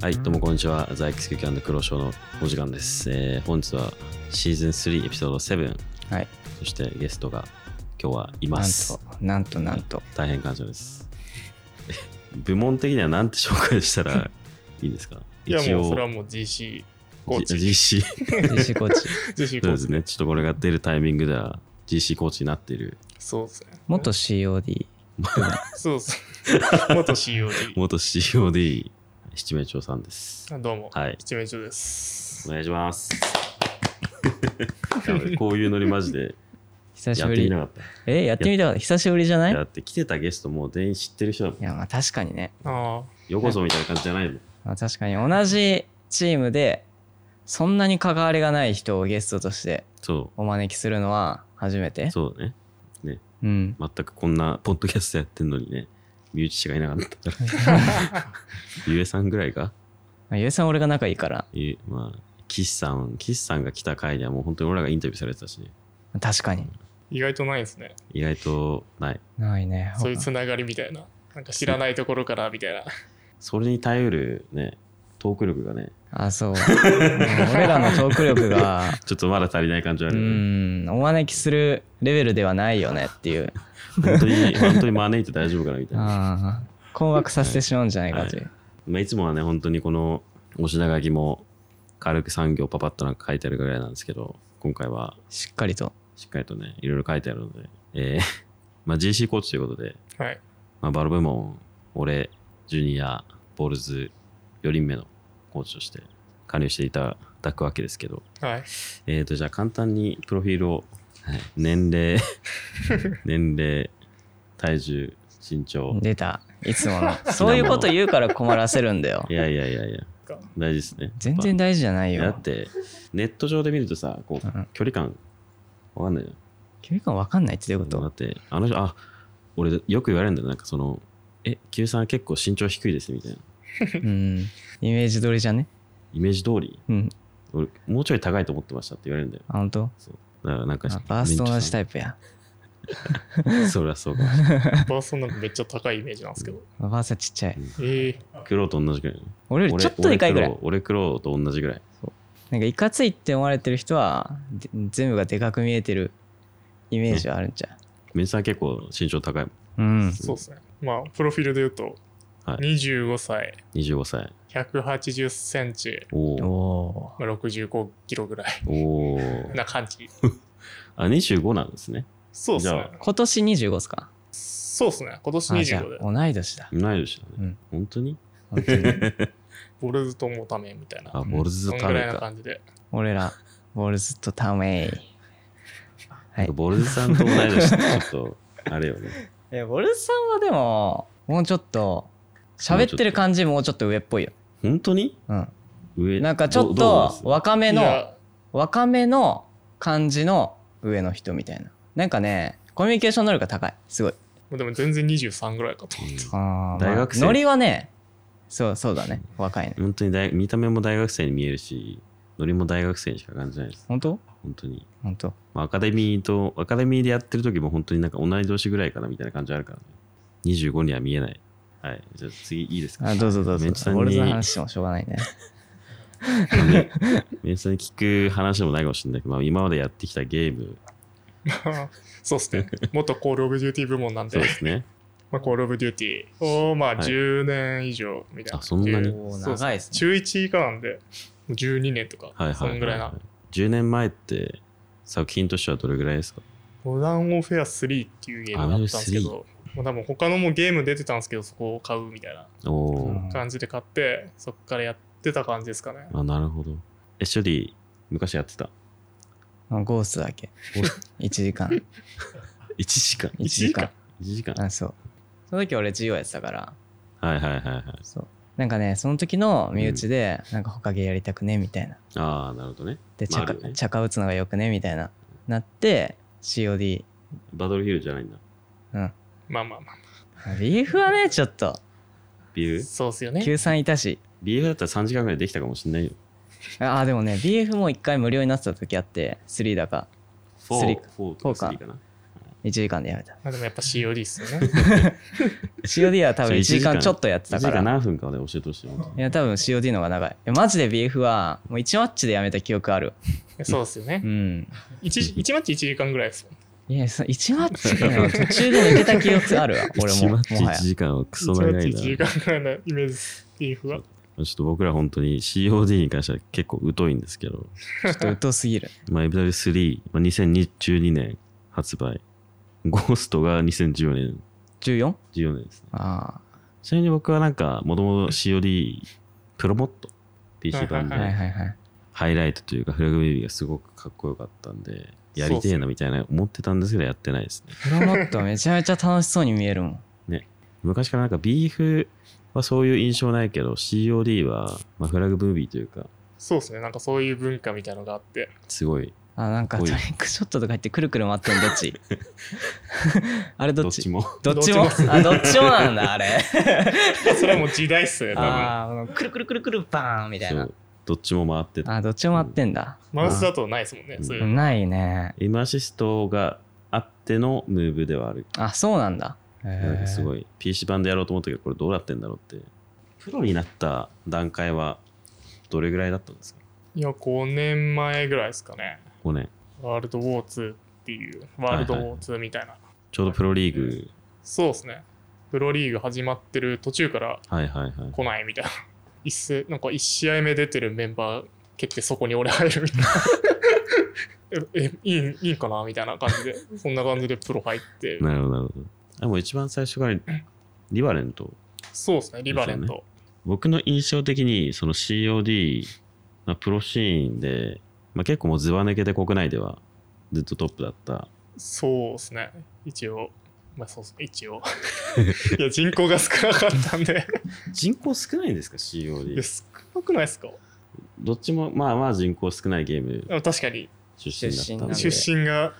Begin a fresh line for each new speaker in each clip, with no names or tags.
はい、どうもこんにちは。在吉劇黒潮のお時間です。えー本日はシーズン3エピソード7、
はい。
そしてゲストが今日はい
な
ま
ん
す
と。、なんとなんと。
大変感謝です。 部門的には何て紹介した らいいですか
いや
一
もうそれは
応、
もう GC コーチ。
G- GC、
DC コーチ。
GC コ
そう
ー
で
チ。
すね。ちょっとこれが出るタイミングでは GC コーチになってい る
そうですね。
元 COD。
そうですね。元 COD。
元 COD 七名鳥さんです。
どうも。
はい
一名中で
お
す。
願いします。 いや俺こういうノリマジで
久し
やっ
ぶ
てみ
り
な。かった。
え、やってみたかった。久しぶりじゃない
だって来てたゲストもう全員知ってる人だもん
い。や、まあ確かにね。
あ
ようこそみたいな感じじゃないもん。
まあ確かに同じチームで、そんなに関わりがない人をゲストとして
そ
お招きするのは初めて
う。。そうだね。
うん。
全くこんなポッドキャストやってんのにね、身内しかいなかったから。ゆえさんぐらいか
まあゆえさん俺が仲いいから、
ゆえまあ、岸さん、岸さんが来た回にはもう本当に俺らがインタビューされてたしね。
確かに。
意外とないですね。
意外とない。
ないね。
そういうつながりみたいな。なんか知らないところからみたいな。
それに耐えうるね、トーク力がね、
あ、そう。うん俺らのトーク 力が、
ちょっとまだ足りない感じはあ
う
るよね。
ん、お招きするレベルではないよねっていう。
本当に、本当に招いて大丈夫かなみたいな。
ああ、 困惑させてしまうんじゃないかという。
まあ、いつもはね、本当にこのお品書きも軽く産業パパッとなんか書いてあるぐらいなんですけど、今回は
しっかりと。
しっかりとね、いろいろ書いてあるので、えー まあ、GC コーチということで、
はい。
まあ、バロ部門、俺、ジュニア、ボールズ、4人目のコーチとして加入していただくわけですけど、
はい。
えーと、じゃあ簡単にプロフィールを、はい年 齢、年齢、体重、身長、
出た。いつもの。そういうこと言うから困らせるんだよ
い。やいやいやいや
か、
大事ですね。
全然大事じゃない
だっ
よ。
て、ネット上で見るとさ、こう
うん、
距離感、わかんないじゃん。
距離感わかんないってどういうこ
だ
と
ってあの人あ俺よく言われるんだよなんかそのえ Q さんは結構身長低いですみたいな
うん。イメージ通りじゃね
イメージ通り
うん。
俺もうちょい高いと思ってましたって言われるんだよ
あ、ほんと
そうだからなんか
あバースと同じタ
イ
イプや。
プそりゃそうかも しれない
バーストなんかめっちゃ高いイメージなんですけど。
バースはちっちゃい。
ええ
クロウと同じぐらい
俺より
俺
ちょっとでかいぐらい。
俺クロウと同じぐらい
なんかいかついって思われてる人は、で全部がでかく見えてるイメージはあるんじゃ
メンさん結構身長高いもん
う。うん。
そうですね。まあ、プロフィールで言うと、
はい
25歳、
25歳
180センチ、
お
お
ー
お
まあ、65キロぐらい
おー
な感じ。
あ25なんですね
そうです
じ
ね
ゃ。
ー。今年25っすか
そうですね。今年
あ、じゃあ
25で、
同い年だ。
同い年だね、
うん
本当に
本当に
ボルズともためみたいな。
あボルズ
そ
と
ん
タ
ぐ
メ
らい
か
な感じで。
俺ら、ボールズとタウェイ。はい。
ボルズさんと同い年ってちょっとあれよね
いや、ボルズさんはでも、もうちょっと、喋ってる感じもうちょっと上っぽいよ。
本当に
うん。
上
なんかちょっ
どう思いま
と
す
若め
い
の、
や
若めの感じの上の人みたいな。なんかね、コミュニケーション能力が高い。すごい。
でも全然23ぐらいかと思って。
あ
大学生
ノリはね、そう、そうだね。若いね。
本当に大見た目も大学生に見えるしノリも大学生にしか感じないです
本当
本当に、
本当
まあ、アカデミーとアカデミーでやってる時も本当になんか同い年ぐらいかなみたいな感じあるからね25には見えないはいじゃあ次いいですか
あ、どうぞどうぞ
メンチさ。んに
ボルズの話してもしょうがないね。
皆さんに聞く話でもないかもしれないけど、まあ、今までやってきたゲーム
そうですね。元コールオブデューティー部門なん
そ
で
うで、すね
まあ、コールオブデューティーをまあ
はい
10年以上みたいな。
あそんなに
10
おー
そうっすね
長いっすね
中1以下なんで、12年とか、
はいはい
そんぐらいな。
10年前って作品としてはどれぐらいですか
モダンオフェア3っていうゲームだったんですけど、もう多分他のもゲーム出てたんですけど、そこを買うみたいな
おおー、
感じで買って、そっからやってた感じですかね。
あなるほどえショリー昔やってた
うんゴーストだけ
ゴー。
1時間。
1時間
1時間。
1時間
あ、そう。その時俺 GO やってたから。
はいはいはいはい
そうなんかねその時の身内で、なんかほかげやりたくねみたいな
ああなるほどね
で
まあ
茶
あ
か
るよね
茶化打つのがよくねみたいななって COD
バトルフィールドじゃないんだ。
うん
まあまあまあ、
ビーフ はねちょっと
ビーフ
そうっすよね。
93いたし
ビーフだったら3時間ぐらいできたかもしれないよ。
ああでもね BF も一回無料になってた時あって3だか
4,
ス
4
リー
とか
フォーか
3かな。
1時間でやめた。
まあでもやっぱ COD っす よね。
COD は多分1時間ちょっとやって
1
た
時
か
間
ら。
何分かで教えてほしい。本当に
いや、多分 COD の方が長い。いやマジで BF は、もう1マッチでやめた記憶ある。
そうっすよね
う。ん。
一一マッチ1時間ぐらいですもん。
いや、そ1マッチってのは途中で抜けた記憶あるわ、俺
一
も。
マッ
も
チ
は
1
や。
時間はクソ長
1
い
マ
な。
ッチ1
ち
時間ぐらいのイメージです。リーフは。
ょっと僕ら本当に COD に関しては結構疎いんですけど、
ちょっと疎すぎる。
まあ、エビダル3、まあ、2012年発売。ゴーストが2014年、
14?
14年ですね。
あ
ちなみに僕はなんか、もともと COD プロモット PC 版
あ。
で、
は
はいいはいはい。
ハイライトというかフラグビビがすごくかっこよかったんで、やりてえなみたいな思ってたんですけど、やってないですね。
プロモットめちゃめちゃ楽しそうに見えるもん。
昔からなんかビーフはそういう印象ないけど、COD はまあフラグムービーというか、
そうっすね。なんかそういう文化みたいのがあって。
すごい、
あ、なんか
お
ト
い
リックショットとか言ってくるくる回ってんのどっ ちあれど
ど
っ
っち
ち
も。
どっち
ど
も
っち
あ、どっちもなんだ、あれ。
それはもう時代っすね、多分。
ああ、このくるくるくるくるバーンみたい
そ
な
う。どっちも回ってた。
あどっちも回ってんだ、
マウスだとないですもんね。
うん
そういうう。
ないね
エムアシストがあってのムーブではある。
あそうなんだ
なんかす
い
ごい PC 版でやろうと思ったけど、これどうなってんだろうって。プロになった段階はどれぐらいだったんですか
いや、5年前ぐらいですかね。
?5 年。
ワールドウォー2っていう、ワールドウォー2みたいな。
ちょうどプロリーグ。
そうですね。プロリーグ始まってる途中から
はいはいはい。
来ないみたいな。 一斉、なんか1試合目出てるメンバー蹴ってそこに俺入るみたいな。 え、えいい、いいんかなみたいな感じで。そんな感じでプロ入って。
なるほどなるほど。あ、もう一番最初からリバレント。
そうですね、リバレント。
僕の印象的にその COD、まあ、プロシーンで、まあ、結構もうずば抜けて国内ではずっとトップだった
そうですね。一応。まあそうっすね、一 応。いや、人口が少なかったんで。
人口少ないんですか
いや
COD
少なくないですか
どっちもまあまあ人口少ないゲーム
でも確かに、
出身だったんで
なん
出身が、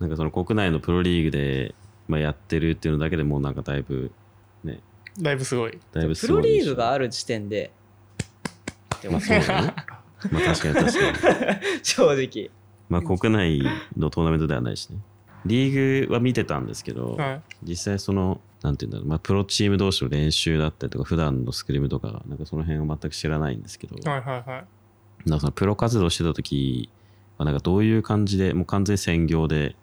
なんかその国内のプロリーグで、まあ、やってるっていうのだけでもうなんかだいぶ
だいぶすごい。
だいぶ
プ
すご
ロ
い
リーグがあ
る
る時点でって
ま
こ
あ
と
そうだね まあ確かに確かに
正直
まあ国内のトーナメントではないしねリーグは見てたんですけど、
はい。
実際そのなんていうんだろう、まあ、プロチーム同士の練習だったりとか普段のスクリームとかなんかその辺を全く知らないんですけど、
はいはいはい。
なんかそのプロ活動してた時はなんかどういう感じでもう完全に専業で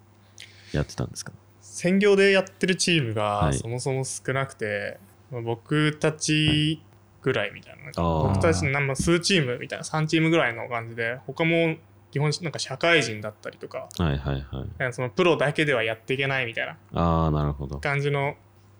やってたんですか
専業でやってるチームが
はい
そもそも少なくて、まあ僕たちぐらいみたいな、なんか
あー
僕たちのなんか数チームみたいな3チームぐらいの感じで他も基本なんか社会人だったりとか
はいはいはい
なんかそのプロだけではやっていけないみたいな
ああなるほど、
感じの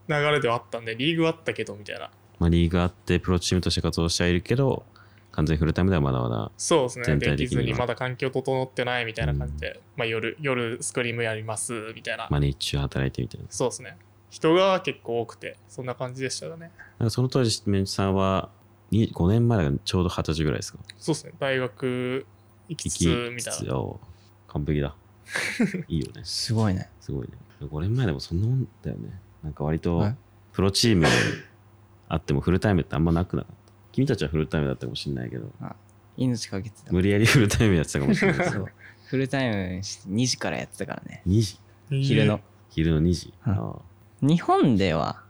流れではあったんでリーグはあったけどみたいな
まあ、リーグあってプロチームとして活動してはいるけど完全にフルタイムではまだまだ
そうですね
全体
で
的に
き
は
ずにまだ環境整ってないみたいな感じで、まあ、夜夜スクリームやりますみたいな、
まあ日中働いてみたいな
そうですね人が結構多くてそんな感じでしたね
なんかその当時メンチさんはに5年前だからちょうど二十歳ぐらいですか
そうですね大学行きつつみたいな
お完璧 だいいよね
すごいね
すごいね。5年前でもそんなもんだよね。なんか割と
はい
プロチームあってもフルタイムってあんまなくなかった。君たちはフルタイムだったかもしれないけど、
命かけてた
無理やり フルタイムやってたかもしれないです
そうフルタイムにして2時からやってたからね
2時。
昼の
昼の2時。
うん
ああ
日本では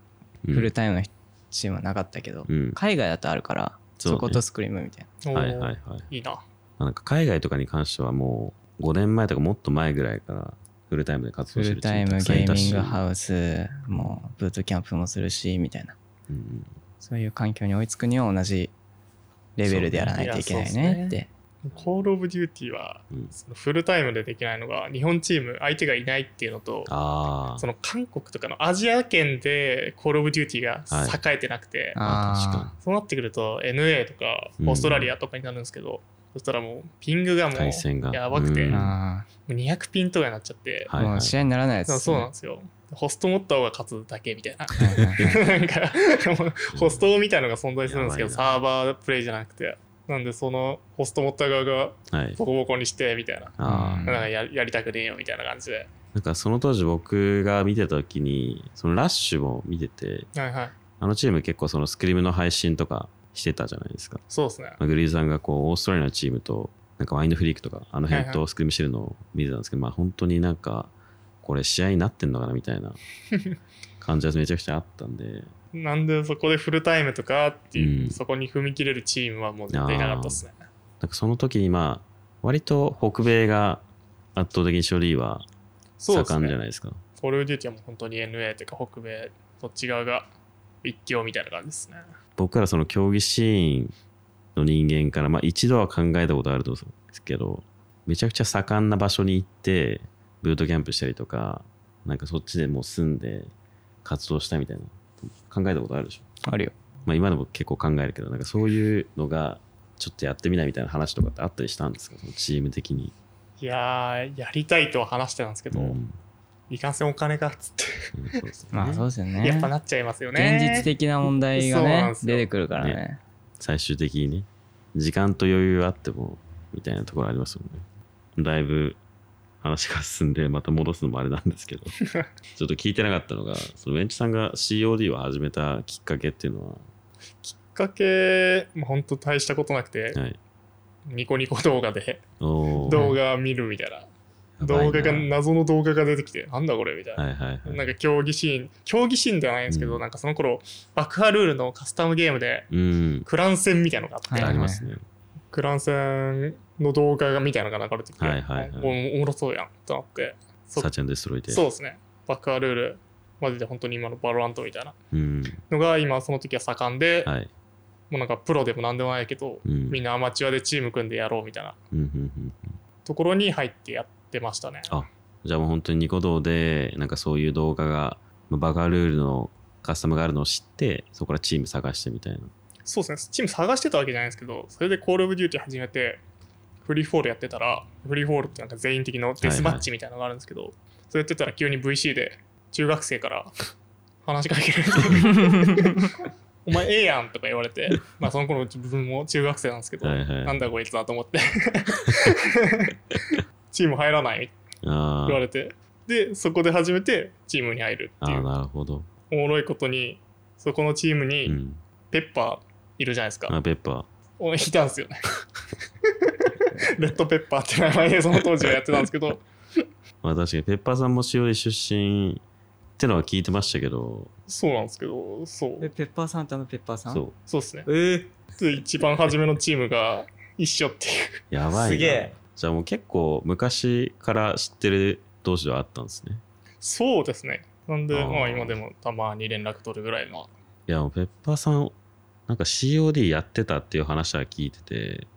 う
フ
ん
ルタイムのチームはなかったけど、
うん
海外だとあるから
そうね
そことスクリームみたい
おー
はいはいはい。
いいな。
なんか海外とかに関してはもう5年前とかもっと前ぐらいからフルタイムで活
な
動して
フル
る
タイム
た
ゲ
くさんい
ー
た
ミン
し
グハウスもうブートキャンプもするしみたいな
うんうん
そういう環境に追いつくには同じレベルでやらないといけないねって。
コールオブデューティーは、
うん
そのフルタイムでできないのが、日本チーム、相手がいないっていうのと、
あ
そ
あ。
の韓国とかのアジア圏でコールオブデューティーが栄えてなくて、
あ確か
あ
そうなってくると NA とか
うん
オーストラリアとかになるんですけど、そしたらもうピングがも
対戦が
うやばくて、
うん
も
あ
う200ピンとかになっちゃって、
はい
も
は
う
い。
試合にならないやつ
そう
です
そうなん
ね。
ですよ。ホスト持った方が勝つだけみたいな。
はいはいはい
なんか、もうホストみたいのが存在するんですけ
やばいな
ど、サーバープレイじゃなくて。なんで、そのホスト持った側が
はい。
ボコボコにして、みたいな。
ああ。
うん
なんかややりたくねえよみたいな感じで。
なんかその当時僕が見てた時に、そのラッシュも見てて、
はいはい。
あのチーム結構そのスクリームの配信とかしてたじゃないですか。
そうですね。
まあ、グリーさんがこうオーストラリアのチームとなんかワインドフリークとかあの辺
はいは
とスクリームしてるのを見てたんですけど、まあ本当になんかこれ試合になってんのかなみたいな感じはめちゃくちゃあったんで、
なんでそこでフルタイムとかっていう、
うん
そこに踏み切れるチームはもう絶対いなかったですね。
なんかその時にまあ、割と北米が圧倒的に処理は
そうです
盛んじゃ
ね。
ないですか。
コールオブデューティはもう本当に NA というか北米、そっち側が一強みたいな感じですね。
僕らその競技シーンの人間から、まあ一度は考えたことあると思うんですけど、めちゃくちゃ盛んな場所に行って、ブートキャンプしたりとか、なんかそっちでもう住んで活動したみたいな、考えたことあるでしょ。
あ るよ
まあ今でも結構考えるけど、なんかそういうのが、ちょっとやってみないみたいな話とかってあったりしたんですか、そのチーム的に。
いやー、やりたいとは話してたんですけど、
うん
いかんせんお金がっつって、
うんそうですね
まあそうですよね
やっぱなっちゃいますよね。
現実的な問題が
そうなん
ね
ですよ
出てくるからね
最終的にね時間と余裕あってもみたいなところありますもんねだいぶ話が進んでまた戻すのもあれなんです けどちょっと聞いてなかったのがそのウェンチさんが COD を始めたきっかけっていうの
きっかけ、もう本当大したことなくて、
は、はい、
ニコニコ動画で
おー
動画見るみたいな。
やばい
動
な
画が、謎の動画が出てきて、なんだこれみたいな。
はいはいはい、
なんか競技シーン、競技シーンではないんですけど、
うん
なんかその頃、爆破ルールのカスタムゲームで、
うん
クラン戦みたいのがあって、
はい
ありますね
クラン戦の動画がみたいのが流れてきて、
はいはいはい
おおもろそうやんとなって、そ
サーチャンデストロイで
そうですね、爆破ルール、マジで本当に今のバロラントみたいな
うん
のが今その時は盛んで、
はい
もうなんかプロでもなんでもないけど、
うん
みんなアマチュアでチーム組んでやろうみたいな
うんうんうん
ところに入ってやってましたね。
あじゃあもう本当にニコ動でなんかそういう動画がまあバカルールのカスタムがあるのを知ってそこからチーム探してみたいな
そうですね、チーム探してたわけじゃないんですけど、それでコールオブデューティ始めて、フリーフォールやってたら、フリーフォールってなんか全員的のデスマッチみたいなのがあるんですけど、それやってたら急に VC で、中学生から話しかけられて、 お前ええやんとか言われて、まあその頃自分も中学生なんですけど、
はいはい
なんだこいつだと思って、チーム入らないって
あ
言
ー
われて、で、そこで初めてチームに入るっ
あ
てい
ー
う、
なるほど、
おもろいことに、そこのチー
う
ムに
ん、
ペッパーいるじゃないですか。
あペッパ
おいたんですよね。レッドペッパーって名前でその当時はやってたんですけど、
ーまあ確かにペッパーさんも塩で出身ってのは聞いてましたけど
そうなんですけど、そう。
ペッパーさんってあのペッパーさ
そ
そうですね。
ええ
で一番初めのチームが一緒っていう。
うやばいな
すげえ
じゃあもう結構昔から知ってる同士ではあったんですね
そうですね。なんで、
あー
まあ今でもたまに連絡取るぐらいの。
いやもうペッパーさんなんか COD やってたっていう話は聞いてて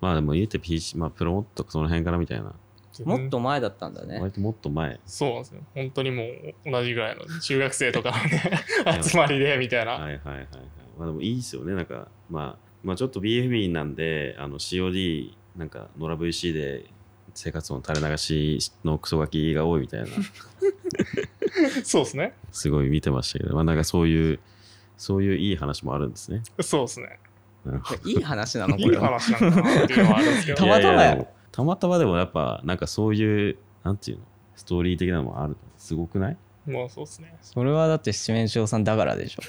まあでも言うて PC、まあ、プロモットその辺からみたいな
もっと前だったんだね
割ともっと前
そうなんですよ。本当にもう同じぐらいの中学生とかの ね、集まりでみたいな。
はいはいはいはい。まあでもいいですよね。なんか、まあ、まあちょっと BFB なんで、あの COD、なんか、野良 VC で生活音垂れ流しのクソガキが多いみたいな、
そうですね。
すごい見てましたけど、まあなんかそういう、そういういい話もあるんですね。
そうですね。
なるほど
いい話なの
い
こ
い
れは
話なんだなっていうのはあるんですけ
た
ど。
またま
い
や
いでもたまたまでもやっぱ、なんかそういう、なんていうの、ストーリー的なのもある。すごくない
もうそうですね。
それはだって七面鳥さんだからで しょ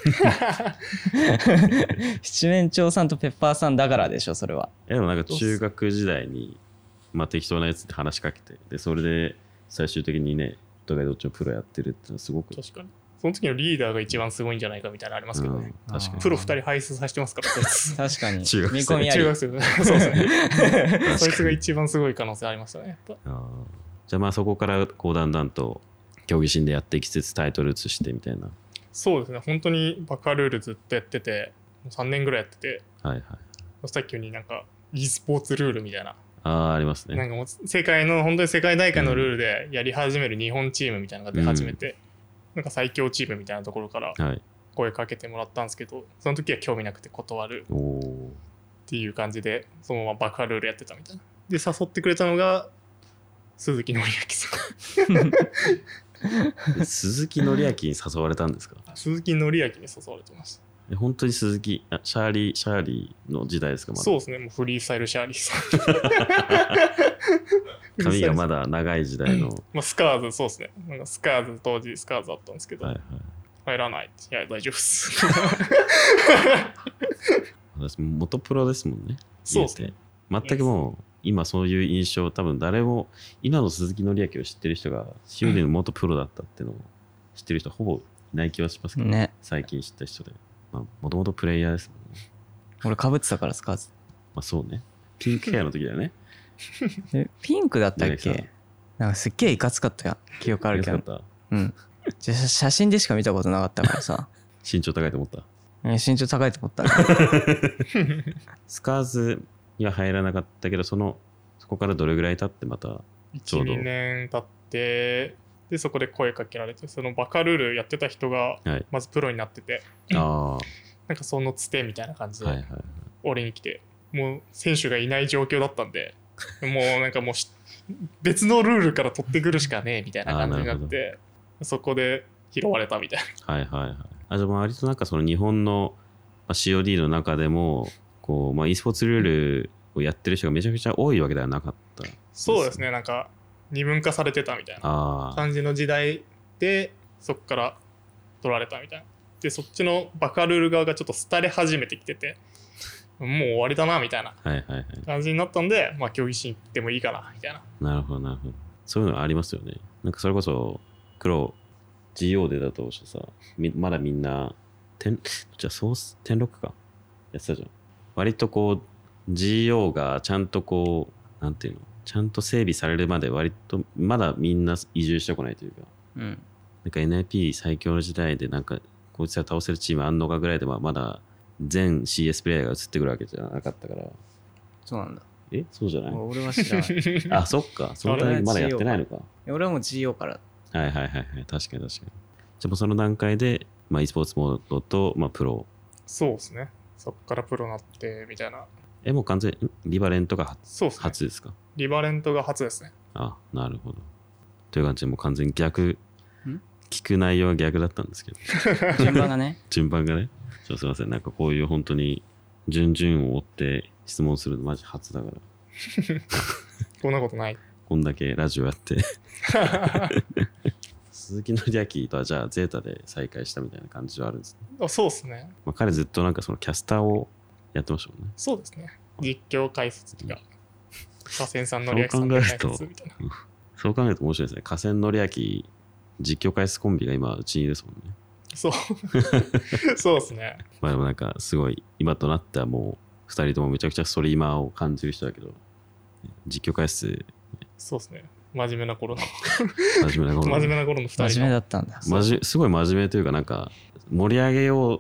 七面鳥さんとペッパーさんだからでしょそれは
えでもなんか中学時代に、まあ、適当なやつって話しかけてでそれで最終的にねお互いどっちもプロやってるってのはすごく、
確かに。その時のリーダーが一番すごいんじゃないかみたいなのありますけ
う
ど、
ん確かに
プロ2人輩出させてます から、そいつ。
確かに見
中学生
込みあり
中学生だね そうですね。
に
そいつが一番すごい可能性ありましたね。やっぱ
あーじゃあまあそこからこうだんだんと競技心でやっていきつつタイトル移してみたいな
そうですね。本当にバカルールずっとやってて、もう3年ぐらいやってて、
はいはい
さっきになんか e スポーツルールみたいな、
あああります
な
ね
んかもう世界の、本当に世界大会のルールでやり始める日本チームみたいなのが出始めて、なんか最強チームみたいなところから
はい
声かけてもらったんですけど、その時は興味なくて断る
おお
っていう感じで、そのままバカルールやってたみたいな。で、誘ってくれたのが、鈴木紀明さん。
ー鈴木紀明に誘われたんですか
鈴木紀明に誘われてました。
え本当に鈴木あシャーリーシャーリーの時代ですかまだ
そうですね、もうフリースタイルシャーリーさん。
髪がま
だ。
だ長い時代の、
まあ、スカーズ、そうですね。なんかスカーズ、当時スカーズあったんですけど、
はいはい
入らないって。いや、大丈夫っ す。
私元プロですもんね
そうですね。
言うて全くもう今そういう印象多分誰も今の鈴木紀明を知ってる人が塩での元プロだったっていうのを知ってる人ほぼいない気はしますけど、
ね
最近知った人でもともとプレイヤーですもんね
俺かぶってたからスカーツ
まあそうねピンクヘアの時だよね
えピンクだったっ
柳さ
けなんかすっげえいかつかったよ記憶あるけ
安
ど
かった
うんじゃ写写真でしか見たことなかったから さ
身長高いと思った
え身長高いと思ったね
スカーズには入らなかったけどそのそこからどれぐらい経ってまたちょうど
12年経ってでそこで声かけられてそのバカルールやってた人が
はい
まずプロになってて、
あ
なんかそのつてみたいな感じ
あはいは
で
い
俺に来て、もう選手がいない状況だったんでもうなんかもうし別のルールから取ってくるしかねえみたいな感じにな
あー
っ
な
てそこで拾われたみたい
はいはいはい。あじゃあまあ割となんかその日本のまあ COD の中でもこう、まあ、e スポーツルールをやってる人がめちゃくちゃ多いわけではなかった。
なそうですねなんか二分化されてたみたいな
ああ。
感じの時代でそこから取られたみたいなでそっちのバカルール側がちょっと廃れ始めてきててもう終わりだなみたいな
はいはいはい。
感じになったんでまあ競技シーン行ってもいいかなみたいな
なるほどなるほど。そういうのありますよね。なんかそれこそ黒 GO でだとしてさ、みまだみんな、天じゃあソース、天六か。やってたじゃん。割とこう GO がちゃんとこう、なんていうのちゃんと整備されるまで割とまだみんな移住してこないというか。
うん
なんか NIP 最強の時代で、なんか、こいつら倒せるチームあんのかぐらいで、まあまだ全 CS プレイヤーが移ってくるわけじゃなかったから、
そうなんだ
えそうじゃない
俺は知らない
あ、そっか、そのタイミングまだやってないのか。
俺はもう GO から
はいはいはいはい、確かに確かに。じゃあもうその段階で、まあ、e スポーツモードと、まあ、プロ。
そうですねそこからプロになってみたいな
え、もう完全にんリバレントが初
そうですね
初ですか
リバレントが初ですね
あ、なるほど。という感じで、もう完全に逆
ん、
聞く内容は逆だったんですけど。
順番がね
順番がね。ちょっとすいません。なんかこういう本当に順々を追って質問するのマジ初だから。
こんなこと ない
こんだけラジオやって。鈴木紀明とはじゃあゼータで再会したみたいな感じはあるんです、ね。
あそうですね
まあ、彼ずっとなんかそのキャスターをやってましたもんね。
そうですね実況解説とか河川さんの
そう
リアクション
考え
解
ると
説みたいな
そう考えると面白いですね。河川紀明実況解説コンビが今うちにいるですもんね。
そうそう ですね
まあでもなんかすごい今となってはもう2人ともめちゃくちゃストリーマーを感じる人だけど、実況解説
そうですね真面目な頃の
真面目なこと
真面目な頃の2人の
真面目だったんだ
真面すごい真面目というかなんか盛り上げよう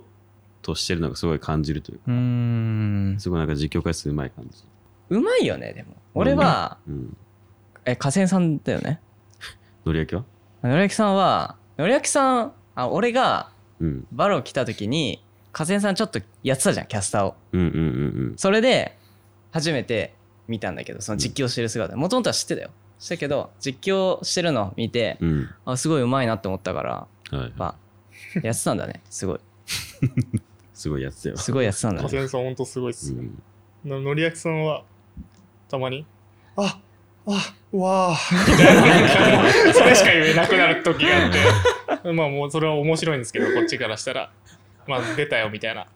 としてるのがすごい感じるというか
うーん
すごいなんか実況解説うまい感じ
うまいよねでも俺は
うん
え河川さんだよね
のり焼きは
のりあきさんはのりあきさんあ俺が
うん
バロ来た時に河川さんちょっとやってたじゃんキャスターを
うんうんうん
それで初めて見たんだけどその実況してる姿もともとは知ってたよしたけど実況してるのを見て
うんうん
あすごい上手いなって思ったから
はい
まあやってたんだねすごい
すごいやつだよ
すごいやってたんだ
河
ね
川さん本当すごいっす
う
よ、
ん
ののりやきさんはたまに「ああわあ」それしか言えなくなる時があってまあもうそれは面白いんですけどこっちからしたら「まあ出たよ」みたいな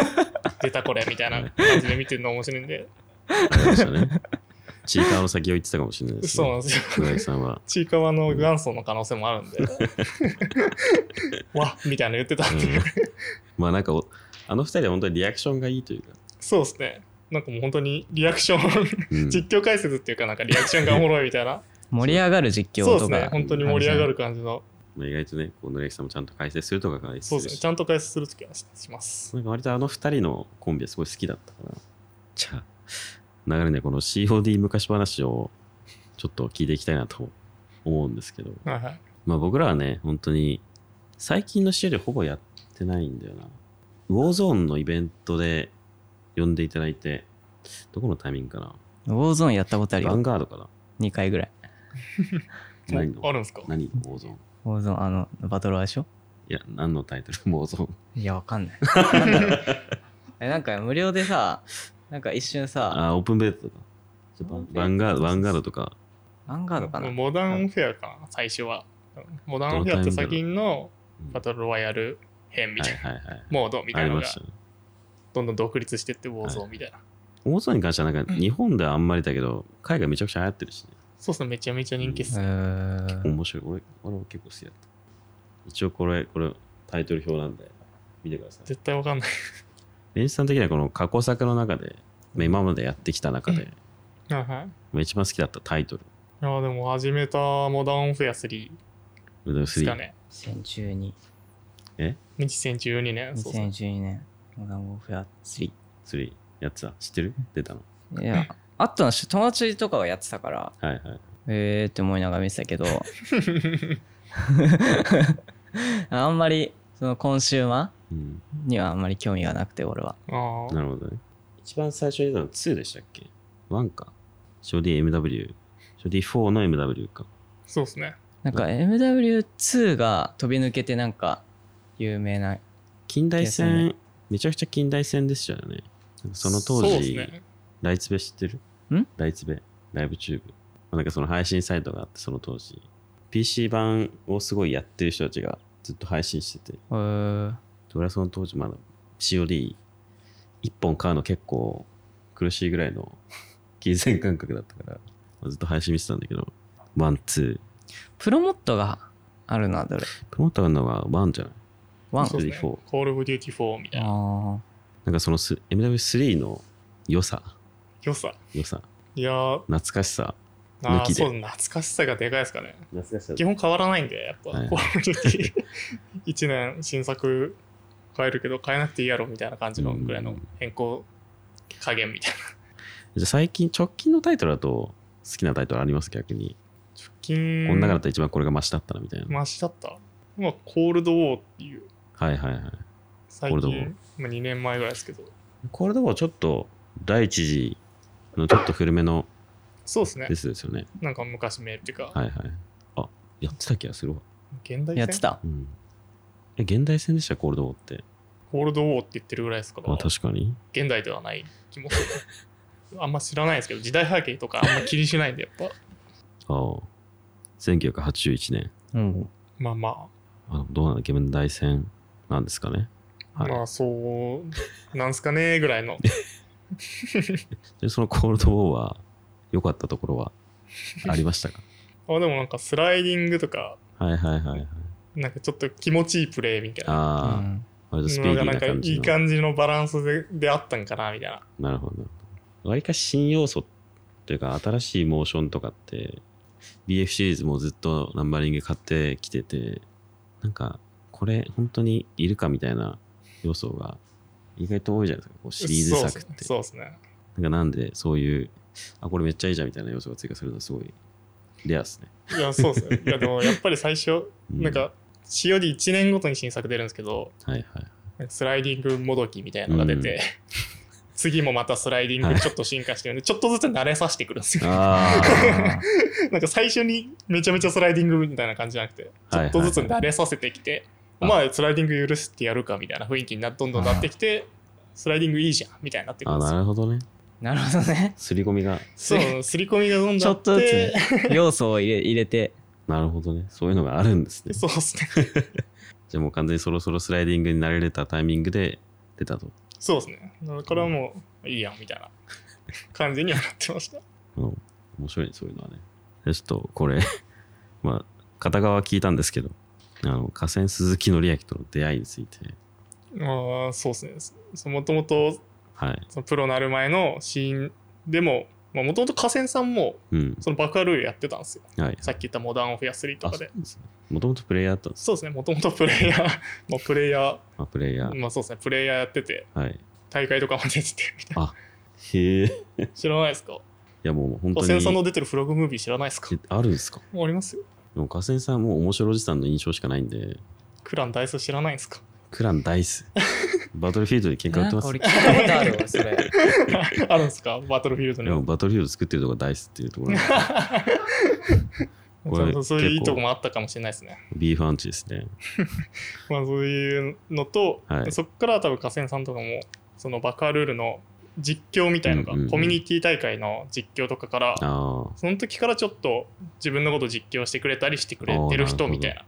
「出たこれ」みたいな感じで見てるの面白いんで
ありましたねチーカーの先を言ってたかもしれないです
そうなん
ね
ですよ
のり焼きさんは
ちいかわの元祖の可能性もあるんで「わみたいなの言ってた
うんん
で、
まあなんかおあの二人は本当にリアクションがいいというか
そうですねなんかもう本当にリアクション
うん
実況解説っていうかなんかリアクションがおもろいみた いな
盛り上がる実況
そうで
と
すね
か
ん
本当に盛り上がる感じの
まあ意外とねこうのり焼きさんもちゃんと解説するとかがいい
そうですね。ちゃんと解説するときはします。
なんか割とあの二人のコンビはすごい好きだったから。じゃあ、流れね、この COD 昔話をちょっと聞いていきたいなと思うんですけど、
はいはい。
まあ僕らはね、本当に最近の試合でほぼやってないんだよな。ウォーゾーンのイベントで呼んでいただいて、どこのタイミングかな
ウォーゾーンやったことある
ヴァン
よ
ガードかな
2回ぐらい
もう
何の
あるんですか
何ウォーゾーン
ウォーゾーンあのバトルはでしょ
いや、何のタイトルウォーゾーン。
いや、わかん ない。なんだろうえ、なんか無料でさ、なんか一瞬さ、
あ、オープンベートとか。ちょっとヴァンガード、ヴァンガードとか。
アンガードかな
モダンフェアかな、最初は。モダンフェアって先の
うん
バトルロワイヤル編み
は
た
い
い
は
な、
いはい。
モードみた
あ
い
り
な
ま
のが
したね。
どんどん独立してって、ウォーゾーンみたいな。
オーゾンに関してはなんか日本ではあんまりだけど、海外めちゃくちゃ流行ってるしね。
そうっすね、めちゃめちゃ人気っすね。
ー
面白い。俺、俺は結構好きだった。一応これ、これタイトル表なんで、見てください。
絶対わかんない。
ベンチさん的にはこの過去作の中で、まあ今までやってきた中で、
はいはい。
まあ一番好きだったタイトル、
いや、でも始めたモダンオフェア3で
ウド
すか
3。
ね。
2012。
2012年。そうそう。
2012年。モダンウォーフェア3。
3やってた。知ってる出たの。
いや、あったのし、友達とかがやってたから、
はいはい。
えーって思いながら見てたけど、 あんまり、そのコンシューマ
うん。
ーにはあんまり興味がなくて、俺は。
ああ。
なるほどね。一番最初に出たの2でしたっけ ?1 か。初 DMW。初 D4 の MW か。
そうっすね。
なんか MW2 が飛び抜けてなんか有名な、
近代
です
戦、めちゃくちゃ近代戦でしたよね。なんかその当
そうっす
時、
ね。
ライツベ知ってる
ん
ライツベ、ライブチューブ。まあなんかその配信サイトがあって、その当時。PC 版をすごいやってる人たちがずっと配信してて、
えー、
俺はその当時まだ COD1 本買うの結構苦しいぐらいの金銭感覚だったから、まあずっと配信見てたんだけど、ワン、ツー。
プロモットがあるな、どれ。
プロモーターのはワンじゃない
ワン
そうっすね。
24
コールオブデューティ4みたいな。
あ
なんかそのす MW3 の良さ、
良さ。
良さ、
いやー、
懐かしさ。
あ
抜
ー
きで
そう、懐かしさがでかいですかね。
懐かしさ
基本変わらないんで、やっぱ、
はい
コールオブデューティ1年新作変えるけど、変えなくていいやろみたいな感じのぐらいの変更加減みたいな。
じゃあ最近、直近のタイトルだと、好きなタイトルあります逆に。
直近、
この中だったら一番これがマシだったなみたいな。
マシだったまあ、コールドウォーっていう、
はいはいはい。
最
コールドウォー
近、まあ、2年前ぐらいですけど、
これでもちょっと、第一次のちょっと古めの
そうですね
で。すですよね。
なんか昔名っていうか、
はいはい。あ、やってた気がするわ。
あ、
現代戦
やってた。
うん。え、現代戦でしたコールドウォーって。
コールドウォーって言ってるぐらいですから、
あ、確かに。
現代ではない気もす る。あんま知らないですけど、時代背景とかあんま気にしないんで、やっぱ、
ああ。1981年。
うん。
まあま
あどうなんだ現代戦なんですかね。
あ、
はい。
まあそう、なんすかねぐらいの。
で、そのコールドウォーは、良かったところは、ありましたか
あでもなんかスライディングとか、
はいはいはいはい。
なんかちょっと気持ちいいプレーみたいな
う
ああ、
ん
割とスピー
の
デ
が
ィー
なん
な
かい
感じ
い
の。
感じのバランスでであったんかなみたいな。
なるほど。わりかし新要素というか、新しいモーションとかって、BF シリーズもずっとナンバリング買ってきてて、なんか、これ本当にいるかみたいな要素が意外と多いじゃないですか、こうシリーズ作って。
そうですね。
なんかなんで、そういう、あ、これめっちゃいいじゃんみたいな要素が追加するのはすごいレアですね。
そうっすねいや、そうですね。いや、でもやっぱり最初、
う
なん、か COD1 年ごとに新作出るんですけど、
はいはい。
なんかスライディングもどきみたいなのが出て、
う
次もまたスライディングちょっと進化してるんで、ちょっとずつ慣れさせてくるんですよ。
あ
あ
なんか最初にめちゃめちゃスライディングみたいな感じじゃなくて、ち
はい
ょ
はい
っとずつ慣れさせてきて、
あ
まあスライディング許してやるかみたいな雰囲気になどんどんなってきて、スライディングいいじゃんみたいになってくる
あ、
んです
な
よ。
るほどね。
ー なるほどね。
すり込みが、
そう、刷り込みがどん
ち
どん
ょ
あっ
っとずつ
て。
ね、要素を入れ入れて、
なるほどね。そういうのがあるんですね
そうですね。
じゃあもう完全にそろそろスライディングに慣れれたタイミングで出たと。
そうですね。これはもういいやんみたいな感じにはなってました。
うん、面白いねそういうのはね。でちょっとこれ、 まあ、片側聞いたんですけど、あの、河川鈴木紀明との出会いについて、
ああ、そうですね。もともと
はい。
そのプロなる前のシーンでも、もともと河川さんも
うん。
その爆破ルールやってたんですよ。
はい。
さっき言ったモダンオフや3と
あ、
か
そう
で
な。んですね。もともとプレイヤーだったんです。
そうですね、もともとプレイヤー、 まあ、プレイヤー、
まあ、プレイヤー。
まあそうですね、プレイヤーやってて、
はい。
大会とかも出ててみたい
あ、へえ。い
な。知らないですか
や、もう本当
河
に。
川さんの出てるフログムービー知らないですか
えあるんですか
ありますよ。
でも河川さんもう面白おじさんの印象しかないんで、
クランダイス知らないんですか
クランダイス。バトルフィールドで喧嘩売
な
って
ん
ま
か
す。
俺
い
聞いたことあるわ、そ れ。
あるんですかバトルフィールド
や、もう
に。
バトルフィールド作ってるとこダイスっていうところ、これ
そうそういういい
結構
とこもあったかもしれないですね。
ビーフアンチですね。
まあそういうのと、
はい
そこから多分河川さんとかも、その爆破ルールの実況みたいのが、
うんうんうん
コミュニティ大会の実況とかから、
ああ。
その時からちょっと自分のこと実況してくれたりしてくれて
あーな
る人
るほど
みたいな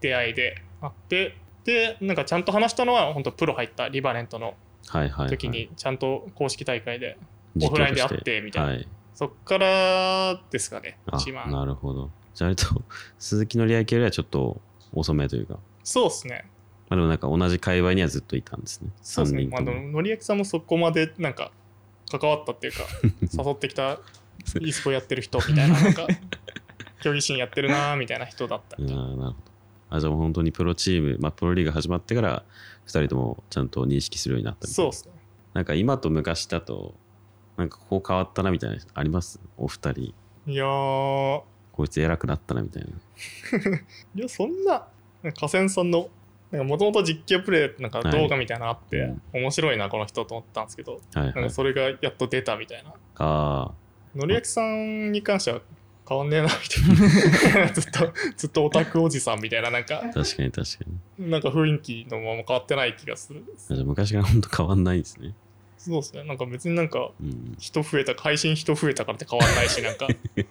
出会いであってでなんかちゃんと話したのは本当プロ入ったリバレントの
はいはい、はい。
時にちゃんと公式大会で
実況として
オフラインで会ってみたいな
はい、
そっからですかね、一
あ
番。
なるほどじゃあ割と 鈴木のりあきよりはちょっと遅めというか
そうですね。
まあでもなんか同じ界隈にはずっといたんですね
そうです
三
ね。
人
まあ、
と
で
も
ものりやきさんもそこまで、なんか、関わったっていう か、誘ってきた、e スポやってる人みたいな、 なんか、競技シーンやってるなーみたいな人だった
あーなるほどあじゃあもう本当にプロチーム、まあ、プロリーグ始まってから2人ともちゃんと認識するようになったみたい
そう
な
ですね。
なんか今と昔だとなんかここ変わったなみたいなありますお二人
いやー、
こいつ偉くなったなみたいない
や、そんな、なんか河川さんの、なんかもともと実況プレイ、なんか動画みたいなのあって、
はい
面白いな、この人と思ったんですけど、
はい
なん
は
か
い
それがやっと出たみたいな。
あ
のりやきさんに関しては変わんねえな、みたい な。ずっと、ずっとオタクおじさんみたいな、なんか
あ、確かに確かに
なんか雰囲気のまま変わってない気がする。
あじゃあ昔から本当変わんないですね
そうですね。なんか別になんか、
うん
人増えた、配信人増えたからって変わんないし、なん か、
確か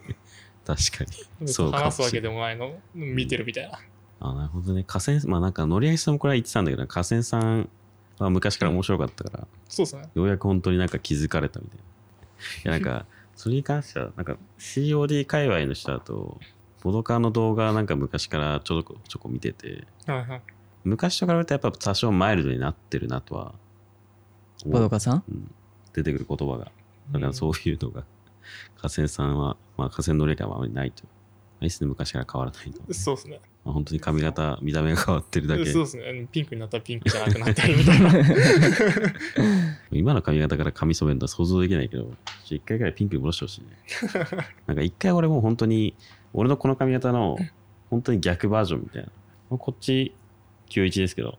にそうかも
話
し
す
れない
わけでもないの、見てるみたいな。
あなるほどね河川まあなんか乗り合いさんもこれは言ってたんだけど河川さんは昔から面白かったから、
そうですね。
ようやく本当になんか気づかれたみたいな。いやなんか、 それに関しては、なんか COD 界隈の人だと、ボドカーの動画なんか昔からちょこちょこ見てて、
はいはい。
昔と比べるとやっぱ多少マイルドになってるなとは思
ボ
う
ドカさん
うん出てくる言葉が。だから
う
そ
ん。
ういうのが、河川さんは、まあ河川の例があまりないと。いつで昔から変わらないの。
そうですね。
まあ、本当に髪型、見た目が変わってるだ け
そう。ですね。ピンクになったらピンクじゃなくなったりみたいな。
今の髪型から髪染めるのは想像できないけど、ちょっと一回ぐらいピンクに戻してほしいね。なんか一回俺もう本当に、俺のこの髪型の本当に逆バージョンみたいな。こっち91ですけど、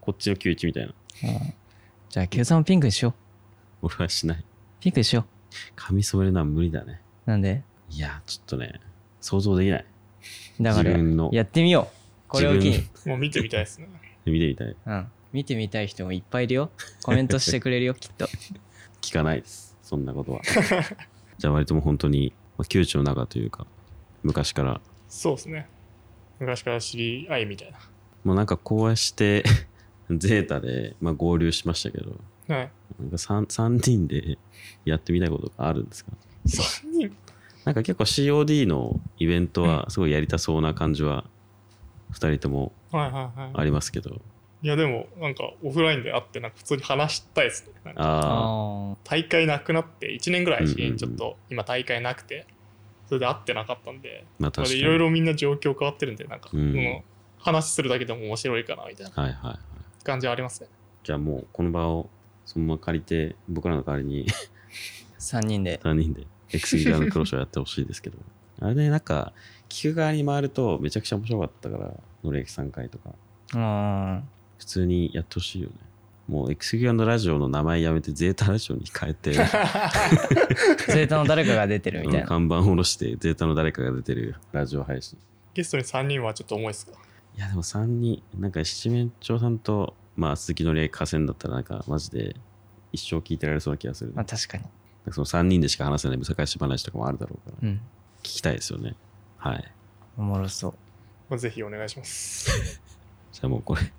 こっちの91みたいな。
うんじゃあ、Q さんもピンクにしよう。
俺はしない。
ピンクにしよ
髪染めるのは無理だね。
う。なんで
いや、ちょっとね、想像できない。
だから
自分の、
やってみよう。これを機
自
に
分。
もう見てみたいですね。
見てみたい。
うん。見てみたい人もいっぱいいるよ。コメントしてくれ るよ、きっと。
聞かないです。そんなことは。じゃあ割ともう本当に、まあ、窮地の中というか、昔から
そうですね。昔から知り合いみたい
もうなんかこうして ゼータで、まあ、合流しましたけど
な。はい。
なんか 3, 三人でやってみたいことがあるんですか
3人
なんか結構 COD のイベントはすごいやりたそうな感じは2人とも
はいはいはい。
ありますけど
いやでもなんかオフラインで会ってなんか普通に話したいですね。なんか
あ
あ
大会なくなって1年ぐら
う
い
んうんうん
ちょっと今大会なくてそれで会ってなかったんで
ーまあ確かに
いろいろみんな状況変わってるんでなんか、
うん
その話するだけでも面白いかなみたいな
はいはいはい
感じはありますね。
じゃあもうこの場をそのまま借りて僕らの代わりに
3人で。
3人で X ギガのクロショーやってほしいです けどあれねなんか聞く側に回るとめちゃくちゃ面白かったからノレエキ3回とか
うん。
普通にやってほしいよね。もうエクスギアのラジオの名前やめてゼータラジオに変えて、
生徒の誰かが出てるみたいな。
看板下ろしてゼータの誰かが出てるラジオ配信。
ゲストに3人はちょっと重いですか
いやでも3人、なんか七面鳥さんと、まあ鈴木のりえ河川だったらなんかマジで一生聞いてられそうな気がする。
ま
な
あ
ん
確かに。
かその3人でしか話せない難しい話とかもあるだろうから、
うん。
聞きたいですよね。はい。
おもろそう。
まあぜひお願いします。
じゃあもうこれ、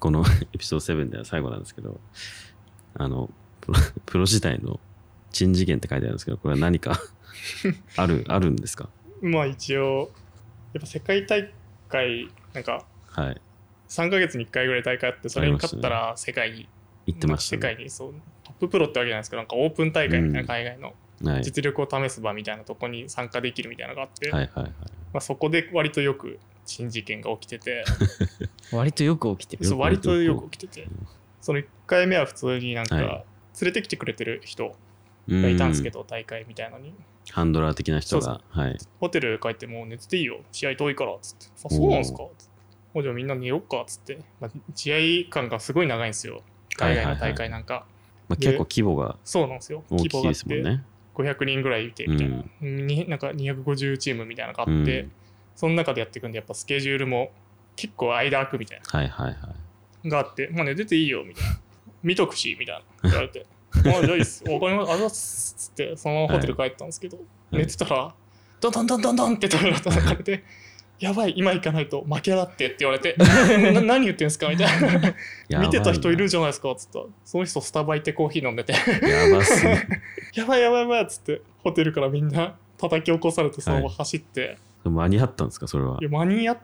このエピソード7では最後なんですけど、あの、プロ プロ時代の珍事件って書いてあるんですけど、これは何 かある、あるんですか
まあ一応やっぱ世界大会なんか
はい。
3ヶ月に1回ぐらい大会あってそれに勝ったら世界に、
言ってました、ね。
世界にそうトッププロってわけじゃないですけどなんかオープン大会みたいな海外の
はい。
実力を試す場みたいなとこに参加できるみたいなのがあって、
はいはいはい。
まあ、そこで割とよく珍事件が起きてて
割とよく起きてる。
そう割とよく起きててその1回目は普通になんか
はい
連れてきてくれてる人
う
がいたんですけど、大会みたいなのに
ハンドラー的な人
そ
が。はい。
ホテル帰ってもう寝てていいよ試合遠いからっつってあそうなんですかつってもうじゃあみんな寝よっかっつって、まあ、試合間がすごい長いんですよ海外の大会なんか、
まあ、
で
結構規模が
そうなんですよ
大
規
き
模
い
があ
で
っ
すもん
て
ね。
500人ぐらいいてみたいな,、になんか250チームみたいなのが
う
あ
ん。
って、その中でやっていくんでやっぱスケジュールも結構間空くみたいな
はいはいはい。
があって、まあ、寝てていいよみたいな、見とくしみたいな言われ て、あじゃあいいっす、お金もありがとうございますっつって、そのままホテル帰ったんですけど、寝てたら、どんどんどんどんどんって扉が叩か れて、やばい、今行かないと負けだってって言われて、な何言ってんすかみたいな、
やばい
見
な
てた人いるじゃないですかっつったら、その人、スタバ行ってコーヒー飲んでて、
やばすぎ。
やばいやばいやばいっつって、ホテルからみんな叩き起こされて、そのまま走って、、。
間に合ったんですか、それはい
や間に合っ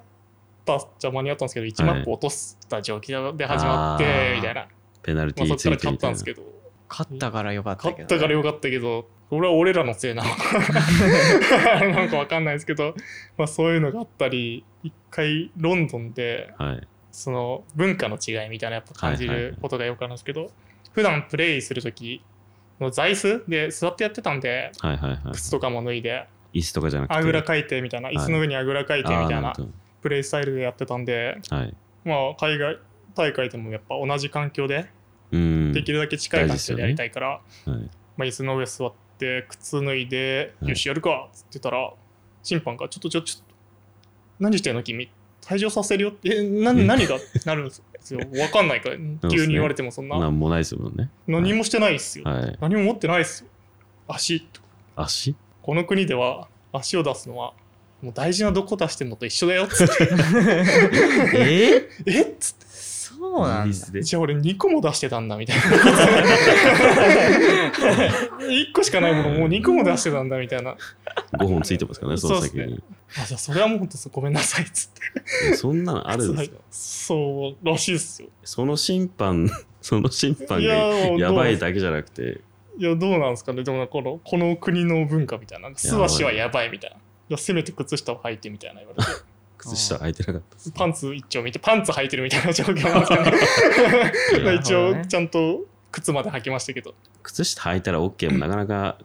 たっちゃ間に合ったんですけど、1マップ落とした状況で始まって、
はい
みたいな。
ペナルテ
まあ、
ィ
そ
ー
っ
つ
から
いて
勝っ
み
た
たい
ん
な
です。けど、
勝ったからよかった
勝
けど、
ったからよかったけど、俺は俺らのせいなの かなんかわかんないですけど、まあそういうのがあったり、一回ロンドンで、
はい。
その文化の違いみたいなやっぱ感じ
はいはいは
る
い
ことがよくあるんですけど、普段プレイするとき、の座椅子で座ってやってたんで、
はいはいは
靴とかも脱いで、
い。椅子とかじゃなくて。
あぐらかいてみたいな、
い
椅子の上にあぐらかいてみ
あー
たい
な
な
るほど
プレイスタイルでやってたんで、
はい。
まあ海外大会でもやっぱ同じ環境で、
うん。
できるだけ近い環境でやりたいから、
はい
まあ、椅子の上座って靴脱いで、
はい
よしやるかっつってたら審判が「ちょっとちょちょっと何してんの君退場させるよ」って「えな
え
何が?」なるんですよ分かんないから
すね
急に言われてもそんな
なんもないですもんね。
何もしてないっすよ、
はい。
何も持ってないっすよ足
足
この国では足を出すのはもう大事などこ出してんのと一緒だよっつって
え
えっつって
そうなんだ
じゃあ俺2個も出してたんだ みたいな1個しかないものもう2個も出してたんだみたいな
5本ついてますからね、その先
そうっ
に。
あじゃあそれはもう本当そうごめんなさいっつって
いやそんなのあるんですよ。
そうらしいですよ
その審判、 その審判
いや
が
ー
やばい
ど
だけじゃなくて、
ういやどうなんですかねでもなんかこのこの国の文化みたいな素足はやばいみたいないやせめて靴下を履いてみたいな言われて
靴下履いてなかったです。
パンツ一丁見てパンツ履いてるみたいな状況な んですけど
いや
一応ちゃんと靴まで履きましたけど
靴下履いたら OK もなかなか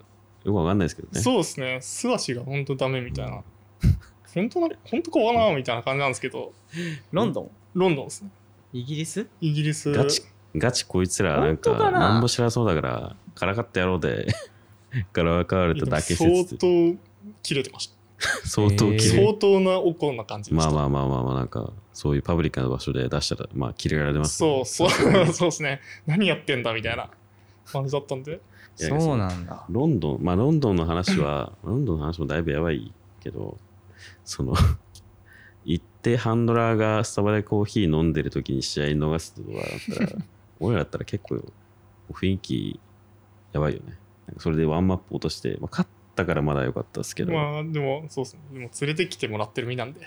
よくわかんないですけどね。
そうですね素足が本当ダメみたいな本当な本当かわなみたいな感じなんですけど
ロンドン
ロンドンですね
イギリス
イギリス
ガチガチこいつらなんか
本当かな
なんも知らそうだからからかってやろうで からかわれただけ
相
説
当切れてました
相当
え
綺
ー
麗
相当な怒んな感じでし
ま
た
あまあまあまあまあなんかそういうパブリックな場所で出したらまあキレられます
そ
ね
うそう、そう ですね。何やってんだみたいな感じだったんで。
いや
そうなんだ
ロンドンまあロンドンの話 はロンドンの話もだいぶやばいけどその 行ってハンドラーがスタバでコーヒー飲んでる時に試合逃すとかだった ら俺らだったら結構雰囲気やばいよねなんかそれでワンマップ落として、まあ、勝ったからまだ良かったですけど、
まあでも、そうですね。でも連れてきてもらってる身なんで。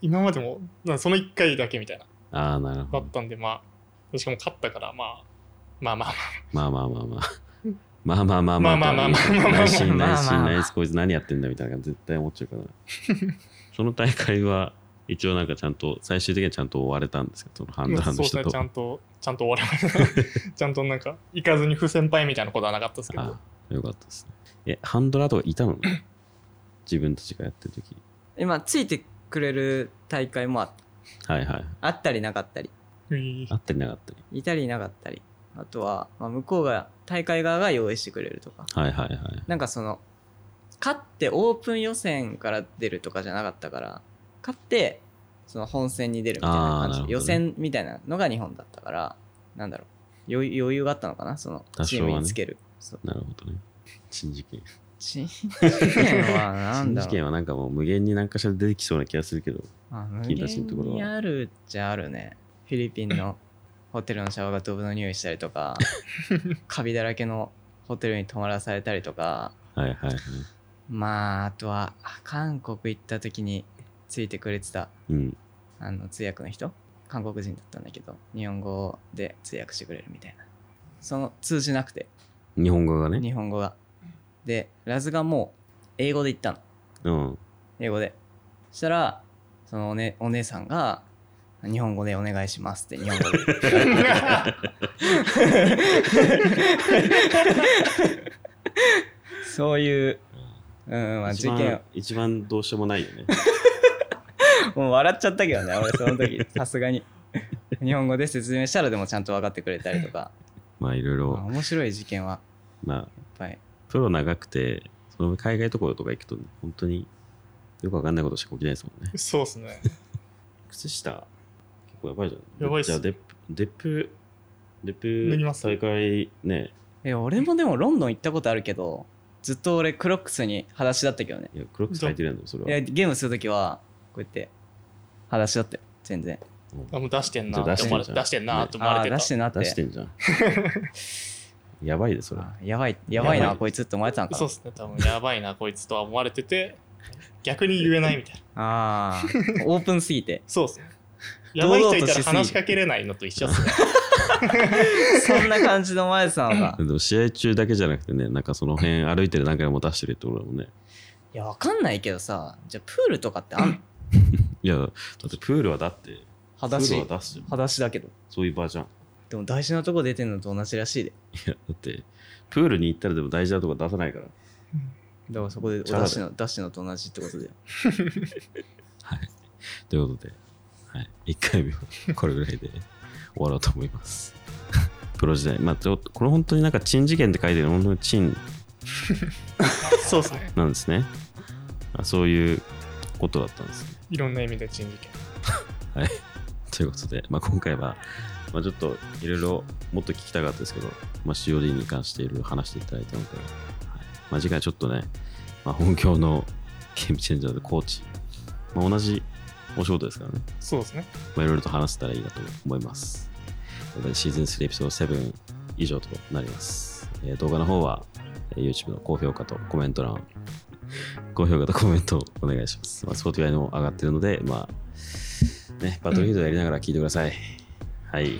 今までも、なんかその1回だけみたいな、
ああ、なるほ
だ
ど
っ。たんで、まあ、しかも勝ったから、まあ、まあまあ
まあまあまあまあ。まあまあまあ
ま
まあ。
あまあまあまあまあまあ
内心
まあ
内
まあ
心
まあ
内心こいつ何やってんだみたいなのが絶対思っちゃうから。その大会は一応なんかちゃんと、最終的にはちゃんと終われたんですけど、そのハンド
ま
ラ
あ、
ー
そ
の
うです
人
ね。
と。
ちゃんと、ちゃんと終わりました。ちゃんとなんか、行かずに不先輩みたいなことはなかったですけど
あ。あ、よかったですね。え、ハンドラーとかいたの自分たちがやってる時
今ついてくれる大会もあ
はいはい。
あったりなかったり
うい
あったりなかったり。
いたりいなかったりあとは、まあ、向こうが大会側が用意してくれるとか
はいはいはい。
なんかその勝ってオープン予選から出るとかじゃなかったから勝ってその本戦に出るみたいな感じ
あーなるほどね
予選みたいなのが日本だったからなんだろう余裕余裕があったのかなその
多
チ
少
ー
はね
ムにつける、 そう
なるほどね。珍事件。
チームはなん
珍
だ
事
ろう
件はなんかもう無限に何かしら出てきそうな気がするけど。
あ無
金
限
出しのところは
にあるっちゃあるねフィリピンのホテルのシャワーがドブの匂いしたりと かカビだらけのホテルに泊まらされたりとか
はいはいはい。
まああとは韓国行った時についてくれてた
うん。
あの通訳の人韓国人だったんだけど日本語で通訳してくれるみたいなその通じなくて
日本語がね。
日本語がでラズがもう英語で言った
う
の
ん。
英語でそしたらそのお,、ね、お姉さんが「日本語でお願いします」って日本語で そういう、うんまあ、
一
事
番
件
一番どうしようもない よね。
もう笑っちゃったけどね俺その時さすがに日本語で説明したらでもちゃんと分かってくれたりとか
まあいろい
まあ
ろ、
面白い事件は
ま
い
あ
っぱい
プロ長くて、その海外ところとか行くと、本当によくわかんないことしか起きないですもんね。
そうですね。
靴下、結構やばいじゃん。
やばいっす
じゃあデップ、デップ、デ
脱ぎ
ッ
ま
プ
す
大会ね、
え俺もでもロンドン行ったことあるけどずっと俺クロックスに裸足だったけどね
いやクロックス履いてるやんだもん、そ
い
れは。
やゲームするときはこうやって裸足だったよ全然
うん
あもう出してんなって思われて、
じゃあ
出
出
し
してて
ん
ん
な
な
って思わ
あ ー
れて
出
た
し。てなって
出してんじゃん。やばいでそれ
あやばい、やばい
やば、
ないこいつって思われてたんか
そう
な
っ。すね、多分やばいな、こいつとは思われてて、逆に言えないみたいな。
ああ、オープンすぎて。
そうっすね。や
堂
ばい
々と
人いた
し
ら
すぎ
話しかけれないのと一緒っすね。
そんな感じの前さんが
で。も試合中だけじゃなくてねなんかその 辺歩いてる段階でも出してるってことだもんね
いや、わかんないけどさ、じゃあプールとかってあん、
いやだってプールはだってプ
裸
ール
足
は、出すじゃん
裸足だけど。
そういう場じゃんい
でも大事なとこ出てんのと同じらしいで。
やだってプールに行ったらでも大事なとこ出さないから
だからそこでお
ちゃうだろ
出しの、出しのと同じってことで。
ということで、はい、1回目はこれぐらいで終わろうと思います。 プロ時代、まあ、ちょこれ本当になんか、チン事件って書いてる、本当にチン
そうっすね。
なんですね。あそういうことだったんですね。
いろんな意味で珍事件。
ということで、まあ、今回は、まあ、ちょっといろいろもっと聞きたかったですけど、まあ、COD に関していろいろ話していただいたので、はいまあ、次回ちょっとね、まあ、本業の ゲームチェンジャーでコーチ、まあ、同じお仕事ですからね。
そうですね。
まあ、いろいろと話せたらいいなと思います。ということでシーズン3エピソード7以上となります。えー動画の方は、えー YouTube の高評価とコメント欄、高評価とコメントをお願いします。まあ、Spotify の方上がってるので、まあ、ね、バトルフィールドやりながら聞いてください。はい。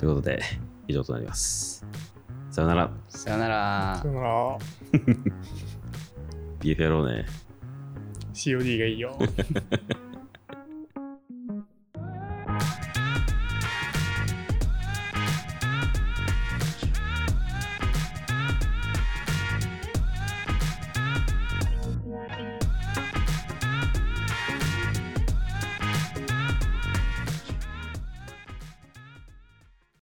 ということで、以上となります。さよなら、
さよなら
だか。ら、
ビーフェローね。
COD がいいよ。